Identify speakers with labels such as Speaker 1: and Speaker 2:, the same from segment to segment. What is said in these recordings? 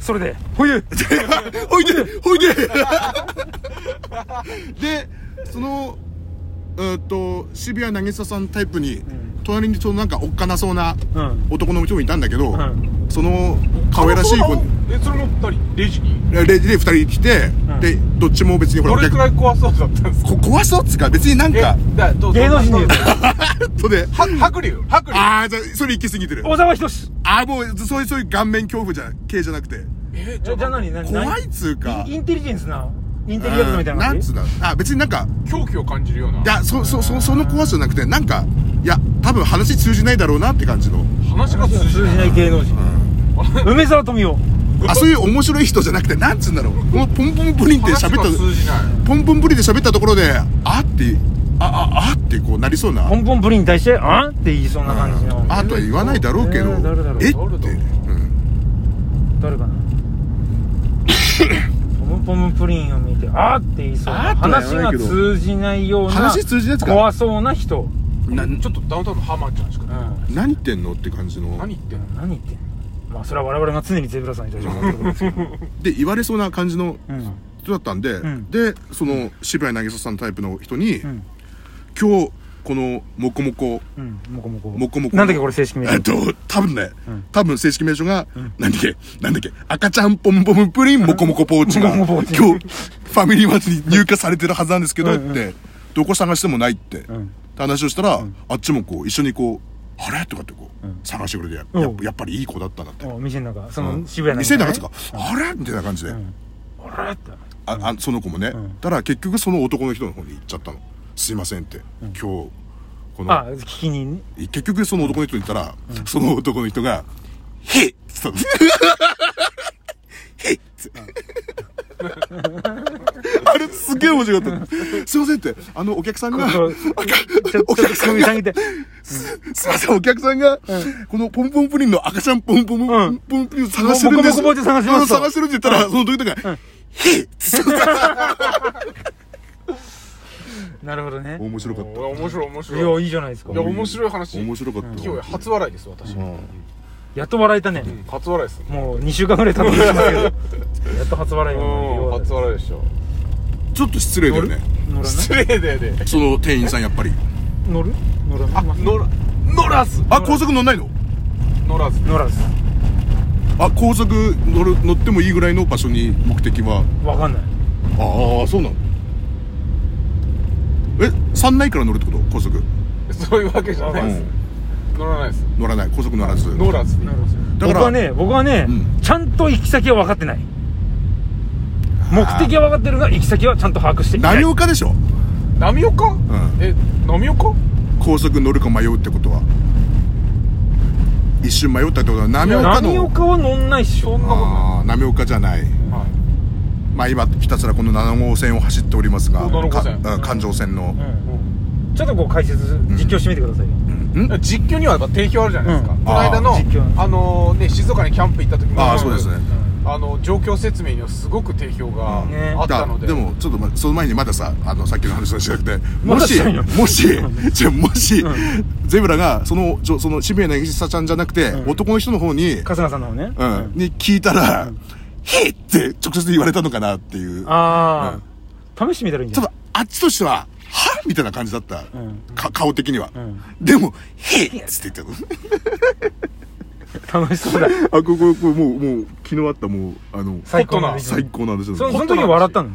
Speaker 1: それでほいで
Speaker 2: おいでおいででそのえっと渋谷渚さんタイプに、隣にそのなんかおっかなそうな
Speaker 1: うん
Speaker 2: 男の人もいたんだけど、
Speaker 1: ん
Speaker 2: その可愛らしい子
Speaker 3: えそれも二人レジに
Speaker 2: レジで二人来て、
Speaker 1: ん
Speaker 2: でどっちも別にほら
Speaker 3: どれくらい怖そうだったんですか
Speaker 2: こ怖そうっつうか別になんか
Speaker 3: えだどう
Speaker 1: 芸能人で言うと
Speaker 2: それで
Speaker 3: は白竜白竜
Speaker 2: ああじゃあそれ行き過ぎてる
Speaker 1: 小沢仁志
Speaker 2: ああもうそういうそういう顔面恐怖じゃ系じゃなくて
Speaker 3: え
Speaker 1: えじゃあ何何
Speaker 2: 怖いっつうか
Speaker 1: インインテリジェンスなインテリアクトみたいな
Speaker 2: うん
Speaker 1: 感
Speaker 2: んつ
Speaker 1: じ
Speaker 2: うだあ別になんか
Speaker 3: 狂気を感じるようない
Speaker 2: やそそそその怖さじゃなくてなんかいや多分話通じないだろうなって感じの
Speaker 3: 話が通じ
Speaker 1: 通
Speaker 3: ない
Speaker 1: じない芸能人梅沢富美男
Speaker 2: あそういう面白い人じゃなくてなんつうんだろうこのポンポンプリンって
Speaker 3: 話
Speaker 2: 喋
Speaker 3: が通
Speaker 2: っ
Speaker 3: じない
Speaker 2: たポンポンプリンで喋ったところであってあああってこうなりそうな
Speaker 1: ポンポンプリンに対してあんって言いそうな感じの
Speaker 2: あとは言わないだろうけど
Speaker 1: えー誰だろう
Speaker 2: えって
Speaker 3: 誰だろ
Speaker 2: うん
Speaker 1: 誰かなポムポムプリンを見てあーって言いそうな
Speaker 2: あーとは
Speaker 1: 話
Speaker 2: 言わな
Speaker 1: が
Speaker 2: いけど
Speaker 1: 通じないような
Speaker 2: 話通じないやつか
Speaker 1: 怖そうな人
Speaker 2: な
Speaker 3: ちょっとダウンタウンのハマちゃんですか
Speaker 1: うん
Speaker 3: ね
Speaker 2: 何言ってんのって感じの
Speaker 3: 何言ってんの
Speaker 1: 何言ってんのまあそれは我々が常にゼブラさんに対して思ってることですけど
Speaker 2: で言われそうな感じの
Speaker 1: うん
Speaker 2: 人だったんで、
Speaker 1: ん
Speaker 2: でその渋谷渚さんタイプの人に、
Speaker 1: ん
Speaker 2: 今日このモコモコ
Speaker 1: うんモコモコ
Speaker 2: モコモコ
Speaker 1: なんだっけこれ正式名称
Speaker 2: えっと多分ね、
Speaker 1: ん
Speaker 2: 多分正式名称が、なんだっけなんだっけ赤ちゃんポンポムプリンモコモコポー チが
Speaker 1: モコモ
Speaker 2: 今
Speaker 1: コポー
Speaker 2: 日
Speaker 1: チ
Speaker 2: ファミリーマートに入荷されてるはずなんですけど
Speaker 1: う
Speaker 2: っ
Speaker 1: んうん
Speaker 2: てどこ探してもないって、
Speaker 1: ん
Speaker 2: って話をしたら、あっちもこう一緒にこうあれとかってこう、探してくれてややっ
Speaker 1: うん
Speaker 2: ぱやっぱりいい子だったなって、
Speaker 1: お店の中その渋谷の
Speaker 2: 店の中
Speaker 1: と
Speaker 2: とか、あれみたいな感じで、
Speaker 1: あれって
Speaker 2: ああその子もね、だから結局その男の人の方に行っちゃったの「すいません」って、今日こ
Speaker 1: あ
Speaker 2: の
Speaker 1: 聞きにね
Speaker 2: 結局その男の人に言ったら、その男の人が「へっ!」っつったのへっつってあれすげえ面白かったのすいませんってあのお客さんが
Speaker 1: ここちょっと
Speaker 2: お客
Speaker 1: つ
Speaker 2: さ
Speaker 1: ま
Speaker 2: ん
Speaker 1: み
Speaker 2: が
Speaker 1: 下げて
Speaker 2: すいません、お客さんが、このポンポンプリンの赤ちゃんポンポン、
Speaker 1: うん
Speaker 2: ポンプリンを探してるんです。
Speaker 1: モコモコポーチ探してますと
Speaker 2: 探してるって言ったら、その時とか、へっつって
Speaker 1: なるほどね
Speaker 2: 面白かっ
Speaker 3: お面白い面
Speaker 1: い
Speaker 3: 白
Speaker 1: や
Speaker 3: い
Speaker 1: いいじゃないですか
Speaker 3: いや面白い話
Speaker 2: た。面白かった。
Speaker 3: 今日初笑いです私
Speaker 1: やっと笑えたね
Speaker 3: うん初笑いです
Speaker 1: もう2週間ぐらい経ってますけどやっと初笑い
Speaker 3: うん
Speaker 1: の
Speaker 3: 初笑いでしょ
Speaker 2: ちょっと失礼だよね。
Speaker 1: 乗らない
Speaker 3: 失礼だよね
Speaker 2: その店員さんやっぱり。
Speaker 1: 乗る乗らない
Speaker 3: 乗ら乗らず
Speaker 2: あ、高速乗んないの
Speaker 3: 乗らず
Speaker 1: 乗らず
Speaker 2: あ、高速乗る、乗ってもいいぐらいの場所に目的は。
Speaker 1: わかんない
Speaker 2: ああ、そうなの。え、山内から乗るってこと高速。
Speaker 3: そういうわけじゃないです乗らないです
Speaker 2: 乗らない。高速乗らず。
Speaker 3: 乗らず
Speaker 1: なるほど
Speaker 2: だから
Speaker 1: 僕はね僕はね、
Speaker 2: うん
Speaker 1: ちゃんと行き先は分かってない目的は分かってるが行き先はちゃんと把握していない
Speaker 2: 波岡でしょ
Speaker 3: 波岡
Speaker 2: ん
Speaker 3: え波岡
Speaker 2: 高速乗るか迷うってことは。一瞬迷ったってことは、波岡の。
Speaker 1: 波岡は乗んないっしょ
Speaker 3: そんなことな
Speaker 2: ああ波岡じゃない、
Speaker 3: いはい
Speaker 2: まあ、今ひたすらこの7号線を走っておりますが
Speaker 3: お7号線
Speaker 2: かうん環状線の
Speaker 1: う、んちょっとこう解説実況してみてくださいよ、
Speaker 3: 実況にはやっぱ定評あるじゃないですか、
Speaker 1: うん
Speaker 3: この間の
Speaker 1: あー実況
Speaker 3: あのね静岡にキャンプ行った時も
Speaker 2: あーそうですね
Speaker 3: あの状況説明にはすごく定評が
Speaker 1: んね
Speaker 3: あった
Speaker 2: だ
Speaker 3: ので、
Speaker 2: でもちょっとまその前にまださあのさっきの話はしなくてもし
Speaker 1: まだしたんよ
Speaker 2: も しじゃあもし、ゼブラがそのちょその渋谷渚ちゃんじゃなくて、男の人の方に、うん
Speaker 1: 春日さんの方ね、
Speaker 2: に聞いたら「へっ!」って直接言われたのかなっていう
Speaker 1: ああ、試してみたらいいんじ
Speaker 2: ち
Speaker 1: ゃ
Speaker 2: ょっ
Speaker 1: ない
Speaker 2: とあっちとしては「はみたいな感じだった、
Speaker 1: ん
Speaker 2: か顔的には、
Speaker 1: ん
Speaker 2: でも「へっ!」つって言ったの。
Speaker 1: 楽しそうだ
Speaker 2: あ、ここ、これもう、もう、昨日あった、もう、あの、
Speaker 1: 最高な
Speaker 3: ホットな
Speaker 2: 最高の話だ
Speaker 1: そ
Speaker 2: ね
Speaker 1: その時笑ったの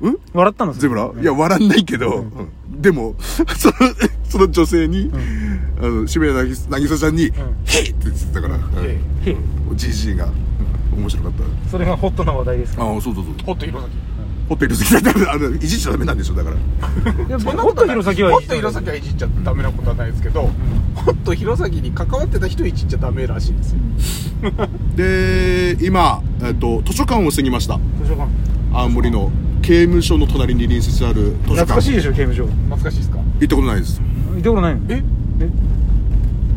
Speaker 2: うん
Speaker 1: 笑ったのそれ
Speaker 2: ゼブラいや、笑んないけど、うんでも、 その、その女性に、あの、渋谷なぎなぎさちゃんに、へいって言ってたから、
Speaker 3: え
Speaker 1: へえ
Speaker 2: じじいが、うん面白かっ
Speaker 1: それがホットな話題です
Speaker 2: た。ああ、そうそうそう。
Speaker 3: えホット弘
Speaker 2: ホテル好きだった ら、あの、いじっちゃダメなんでしょ、だから。
Speaker 1: いや
Speaker 3: 前
Speaker 1: ホット弘前はい
Speaker 3: ホ
Speaker 1: い
Speaker 3: ット弘前はいじっちゃダメなことはないですけど、ホット弘前に関わってた人いじっちゃダメらしいですよ
Speaker 2: で、今、えっと、図書館を過ぎました。
Speaker 1: 図書館
Speaker 2: 青森の刑務所の隣に隣接ある
Speaker 1: 懐
Speaker 2: 図書館。
Speaker 1: かしい
Speaker 2: 行
Speaker 1: でしょ刑務所行
Speaker 3: 懐かしいですか
Speaker 2: ったことないです。
Speaker 1: ったことないの
Speaker 3: え
Speaker 1: え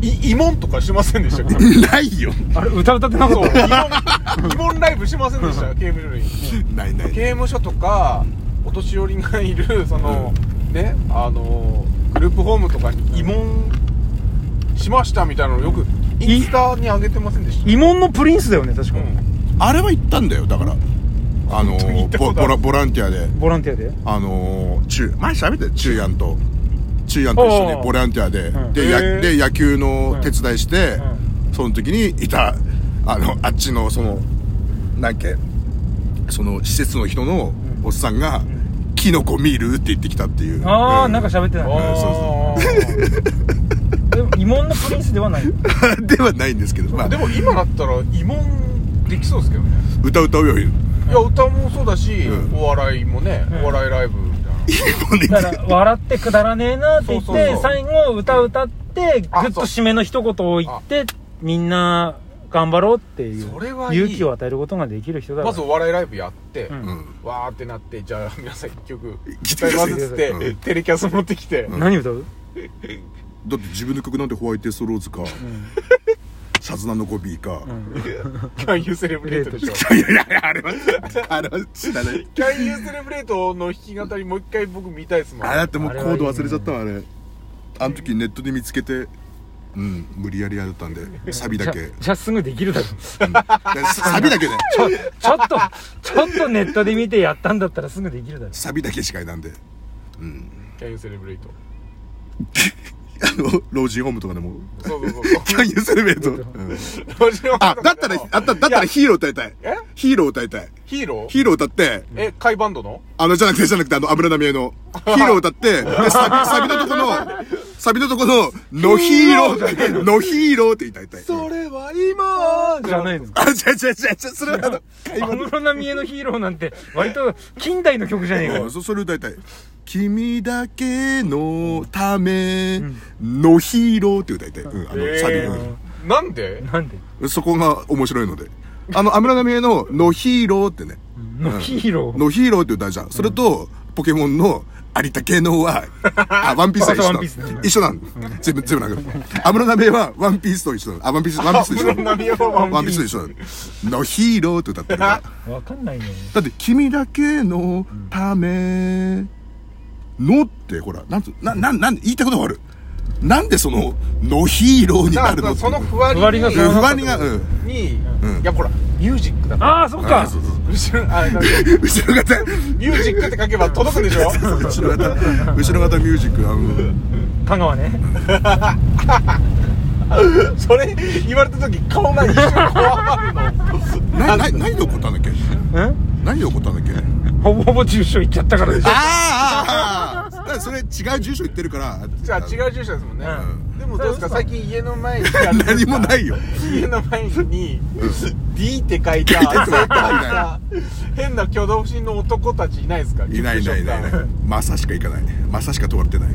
Speaker 3: い慰問とかしませんでし たか
Speaker 2: ないよ。
Speaker 1: あれ歌歌ってなか
Speaker 3: そう
Speaker 1: っ
Speaker 3: 慰問慰問ライブしません でした刑務所に
Speaker 2: ないない。
Speaker 3: 刑務所とかお年寄りがいるその、ねあのグループホームとかに慰問しましたみたいなのをよくインスタに上げてませんでした
Speaker 1: 慰問のプリンスだよね確か、
Speaker 3: うん
Speaker 2: あれは行ったんだよだからあの
Speaker 3: 当に行ったこ
Speaker 2: ボ
Speaker 3: と
Speaker 2: ボ
Speaker 3: ある
Speaker 2: ラボランティアで
Speaker 1: ボランティアで
Speaker 2: あのー中前喋ったよ中ヤンと中ヤンと一緒
Speaker 1: おう
Speaker 2: にボランティアで、
Speaker 1: ん
Speaker 2: で
Speaker 3: へー
Speaker 2: やで野球の手伝いして、その時にいたあのあっちのそのなんけその施設の人のおっさんが、キノコ見るって言ってきたっていう
Speaker 1: ああ、
Speaker 2: うん
Speaker 1: なんか喋ってない
Speaker 2: ー
Speaker 3: あー
Speaker 1: でも慰問のプリンスではない
Speaker 2: ではないんですけど、まあ、
Speaker 3: でも今だったら慰問できそうですけどね
Speaker 2: 歌歌うより
Speaker 3: いや歌もそうだし、
Speaker 2: う
Speaker 3: お笑いもね、
Speaker 1: うん
Speaker 3: お笑いライブみたいな
Speaker 2: もうね
Speaker 1: だから笑ってくだらねえなって言って
Speaker 3: そうそうそう
Speaker 1: 最後歌歌ってグ
Speaker 3: あ
Speaker 1: ッと締めの一言を言ってみんな頑張ろうっていう
Speaker 3: それはいい
Speaker 1: 勇気を与えることができる人だから
Speaker 3: まずお笑いライブやって、
Speaker 1: うん
Speaker 2: うん
Speaker 3: わーってなってじゃあ皆さん一曲
Speaker 2: 来て
Speaker 3: 歌
Speaker 2: く
Speaker 3: い
Speaker 2: ださ
Speaker 3: ま
Speaker 2: い
Speaker 3: すっつって、
Speaker 2: うん
Speaker 3: テレキャス持ってきて、
Speaker 1: 何歌う
Speaker 2: だって自分の曲なんてホワイトストローズか、シャズナのコピーか、
Speaker 3: Can You Celebrate でし ょ
Speaker 2: いやいやいやあれはあれは知らない
Speaker 3: Can You Celebrate の弾き語りもう一回僕見たいですもん
Speaker 2: あだってもうコード忘れちゃったわあれあの時ネットで見つけてうん無理やりやったんでサビだ
Speaker 1: じゃ
Speaker 2: け
Speaker 1: じゃあすぐできるだろ
Speaker 2: サビだけね
Speaker 1: ちょちょっとちょっとネットで見てやったんだったらすぐできるだろ
Speaker 2: サビだけしかいなんで
Speaker 3: Can You Celebrate
Speaker 2: あの老人ホームとかでも
Speaker 3: そうそうそうそう
Speaker 2: キャンユーセレベート
Speaker 3: ロジロ
Speaker 2: あだったらあっただったらヒーロー歌いたい
Speaker 3: え
Speaker 2: ヒーロー歌いたい
Speaker 3: ヒーロー
Speaker 2: ヒーロー歌って
Speaker 3: え甲斐バンドの
Speaker 2: あの、じゃなくて、じゃなくて、あの、油波江の、ヒーロー歌って、で、サビ、サビのとこの、サビのとこの、のヒーロー、のヒーローって歌いたい。
Speaker 3: それは今
Speaker 1: じゃないの
Speaker 2: あ、じゃじゃじゃじゃそれはあの、会
Speaker 1: 安
Speaker 2: 話
Speaker 1: 室奈美恵のヒーローなんて割と近代の曲じゃねえか
Speaker 2: の。そ、それ歌いたい。君だけのため、のヒーローって歌いたい。うん、あの、サビ
Speaker 3: え
Speaker 2: の。
Speaker 3: ー、なんで
Speaker 1: なんで
Speaker 2: そこが面白いので。あの、油波江の、のヒーローってね、
Speaker 1: のヒーロー
Speaker 2: のヒーローって歌うじゃん。それと、ポケモンの、有田系のは、あ、ワンピースは一緒
Speaker 1: ワ
Speaker 2: な
Speaker 1: ンピースね
Speaker 2: の。一緒なの。全部、全部なくなる。安室奈美恵はワンピースと一緒なの。あ、ワンピース、ワンピースと一緒な
Speaker 3: 安室奈美恵は
Speaker 2: の。
Speaker 3: ワンピース
Speaker 2: ワンピースと一緒なの。のヒーローって歌ってるから。
Speaker 1: わかんないね
Speaker 2: だって、君だけのためのって、ほら、なんつ、な、なん、なん、言いたいことがある。なんでその、のヒーローに
Speaker 3: だ
Speaker 2: な
Speaker 3: か
Speaker 2: る
Speaker 3: ら
Speaker 2: の
Speaker 3: そのふわり
Speaker 1: ふわりが
Speaker 2: 不安にが、うん。
Speaker 3: に、いやほらミュージックだから
Speaker 1: ああそっか
Speaker 2: あそうそうそう
Speaker 3: 後ろあなんか
Speaker 2: 後ろ方、
Speaker 3: ミュージックって書けば届くんでし ょ
Speaker 2: 後ろ方、後ろ方ミュージック、あの、
Speaker 1: 香川ね
Speaker 3: それ言われた時顔が一瞬こわばるの
Speaker 2: な、な、何で怒ったんだっけ
Speaker 1: うん
Speaker 2: 何で怒ったんだっけ
Speaker 1: ほぼほぼ住所言っちゃったからでしょ
Speaker 2: ああああああだからそれ違う住所行ってるから
Speaker 3: じゃあ違う住所ですもんね、
Speaker 1: うん
Speaker 3: でもどうですか
Speaker 1: そう
Speaker 3: 最近家の前にある
Speaker 2: 何もないよ
Speaker 3: 家の前に D って書 いた
Speaker 2: 書いて
Speaker 3: そう書い
Speaker 2: な
Speaker 3: た変な挙動不審の男たちいないですか
Speaker 2: いないいないいないいないマサしか行かないマサしか通ってない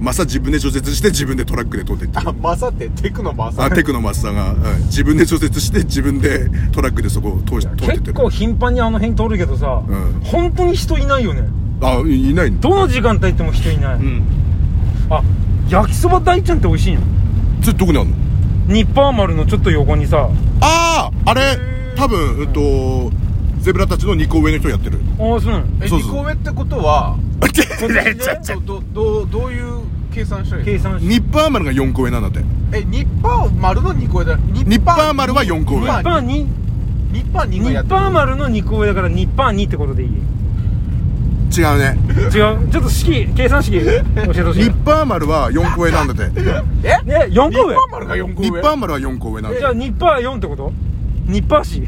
Speaker 2: マサ自分で除雪して自分でトラックで通っていってる
Speaker 3: あマサってテクノマサ
Speaker 2: あテクノマスさんが、うん自分で除雪して自分でトラックでそこを通し通ってって
Speaker 1: 結
Speaker 2: る
Speaker 1: 構頻繁にあの辺通るけどさ、
Speaker 2: うん
Speaker 1: 本当に人いないよね
Speaker 2: あいいないんだ
Speaker 1: どの時間帯行っても人いない、
Speaker 2: うん
Speaker 1: あ焼きそば大ちゃんって美味しいの
Speaker 2: それどこにあるの
Speaker 1: ニッパー丸のちょっと横にさ
Speaker 2: あああれ多分うんとゼブラたちの2個上の人やって る
Speaker 1: ああそうなの
Speaker 3: え
Speaker 2: そうそう
Speaker 3: 2個目ってことは
Speaker 1: こ っちね
Speaker 3: どどどどういう計算したらいいの
Speaker 1: 計算して
Speaker 2: ニッパー丸が4個上なんだって
Speaker 3: えニッパー丸の2個上だニ
Speaker 2: ニッパー丸は4個上
Speaker 1: ニッ
Speaker 3: ニ
Speaker 1: パ
Speaker 3: ッパ
Speaker 1: ー2
Speaker 3: ーニッパー2
Speaker 1: ニ
Speaker 3: がやっ
Speaker 1: ッ
Speaker 3: て
Speaker 1: パー丸の2個上だからニッパー2ってことでいい
Speaker 2: 違うね
Speaker 1: 違うちょっと式計算式教えてほし
Speaker 2: ニ
Speaker 1: い
Speaker 2: ッパー丸は4個上なんだ って
Speaker 3: え
Speaker 1: ね4
Speaker 3: ニ
Speaker 1: 個
Speaker 3: ッ
Speaker 1: 上
Speaker 3: パー丸が4個上
Speaker 2: ニ ッパー丸は4個上なんだ
Speaker 1: じゃあニッパー4ってことニッパー氏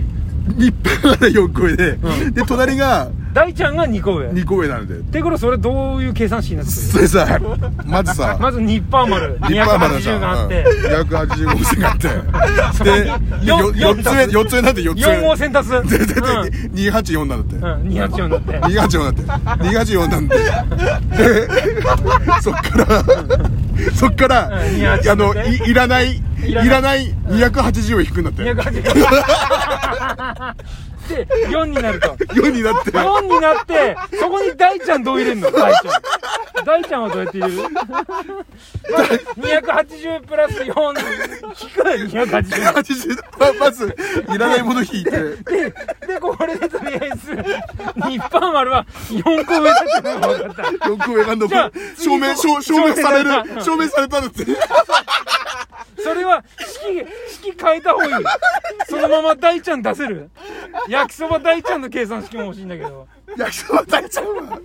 Speaker 2: ニッパー丸は4個上で、で隣が
Speaker 1: 大ちゃんが2個上っ
Speaker 2: 2個上なんで
Speaker 1: てことそれどういう計算式になってる
Speaker 2: それさまずさ、
Speaker 1: まずニッパー丸
Speaker 2: ニッパー丸
Speaker 1: 280があって
Speaker 2: さ、うん、285線があって で
Speaker 1: よんよん
Speaker 2: 4, つ上4つ上なんで4つ上
Speaker 1: 4号線足すうん
Speaker 2: ででで284なんだって、
Speaker 1: うん284になって
Speaker 2: 284なんだって284なんででそっからそっから、
Speaker 1: 284
Speaker 2: あのいいらないい
Speaker 1: いらない
Speaker 2: らない280を引くんだって
Speaker 1: 280 で4になると
Speaker 2: 4になって
Speaker 1: 4になってそこに大ちゃんどう入れるの大ちゃん大ちゃんはどうやって入れる ?280 プラス4引く280
Speaker 2: 80ままずいらないもの引いて
Speaker 1: ででこれでとりあえず日本丸は4個上だったのが分かった
Speaker 2: 6上が
Speaker 1: じゃあ
Speaker 2: 残る
Speaker 1: 次
Speaker 2: 証明証証明され
Speaker 1: 証明され た
Speaker 2: る証明されたんだって
Speaker 1: それは式式変えた方がいいそのまま大ちゃん出せる焼きそば大ちゃんの計算式も欲しいんだけど
Speaker 2: 焼きそば大ちゃんは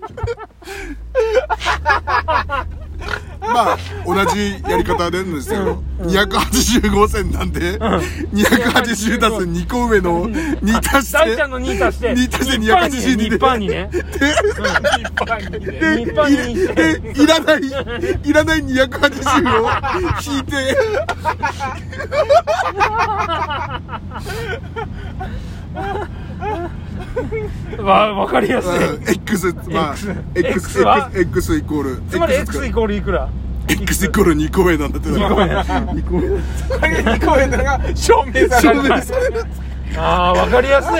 Speaker 2: まあ同じやり方でるんですけど、285線なんで、280足す2個上の2足して
Speaker 1: 大ちゃんの2足して
Speaker 2: 2足して282で
Speaker 1: 日本にね日本にね日本にして
Speaker 2: えいらないいらない280を引いて
Speaker 1: わわかりやすい、
Speaker 2: うん X まあ
Speaker 1: X は
Speaker 2: X X イコール
Speaker 1: つまり X イコールいくら
Speaker 2: X イコール2個上なんだってだから2個上
Speaker 3: これが2個上だが証明さ
Speaker 2: 証
Speaker 3: れ
Speaker 2: 明
Speaker 3: る
Speaker 2: される
Speaker 1: ああわかりやすい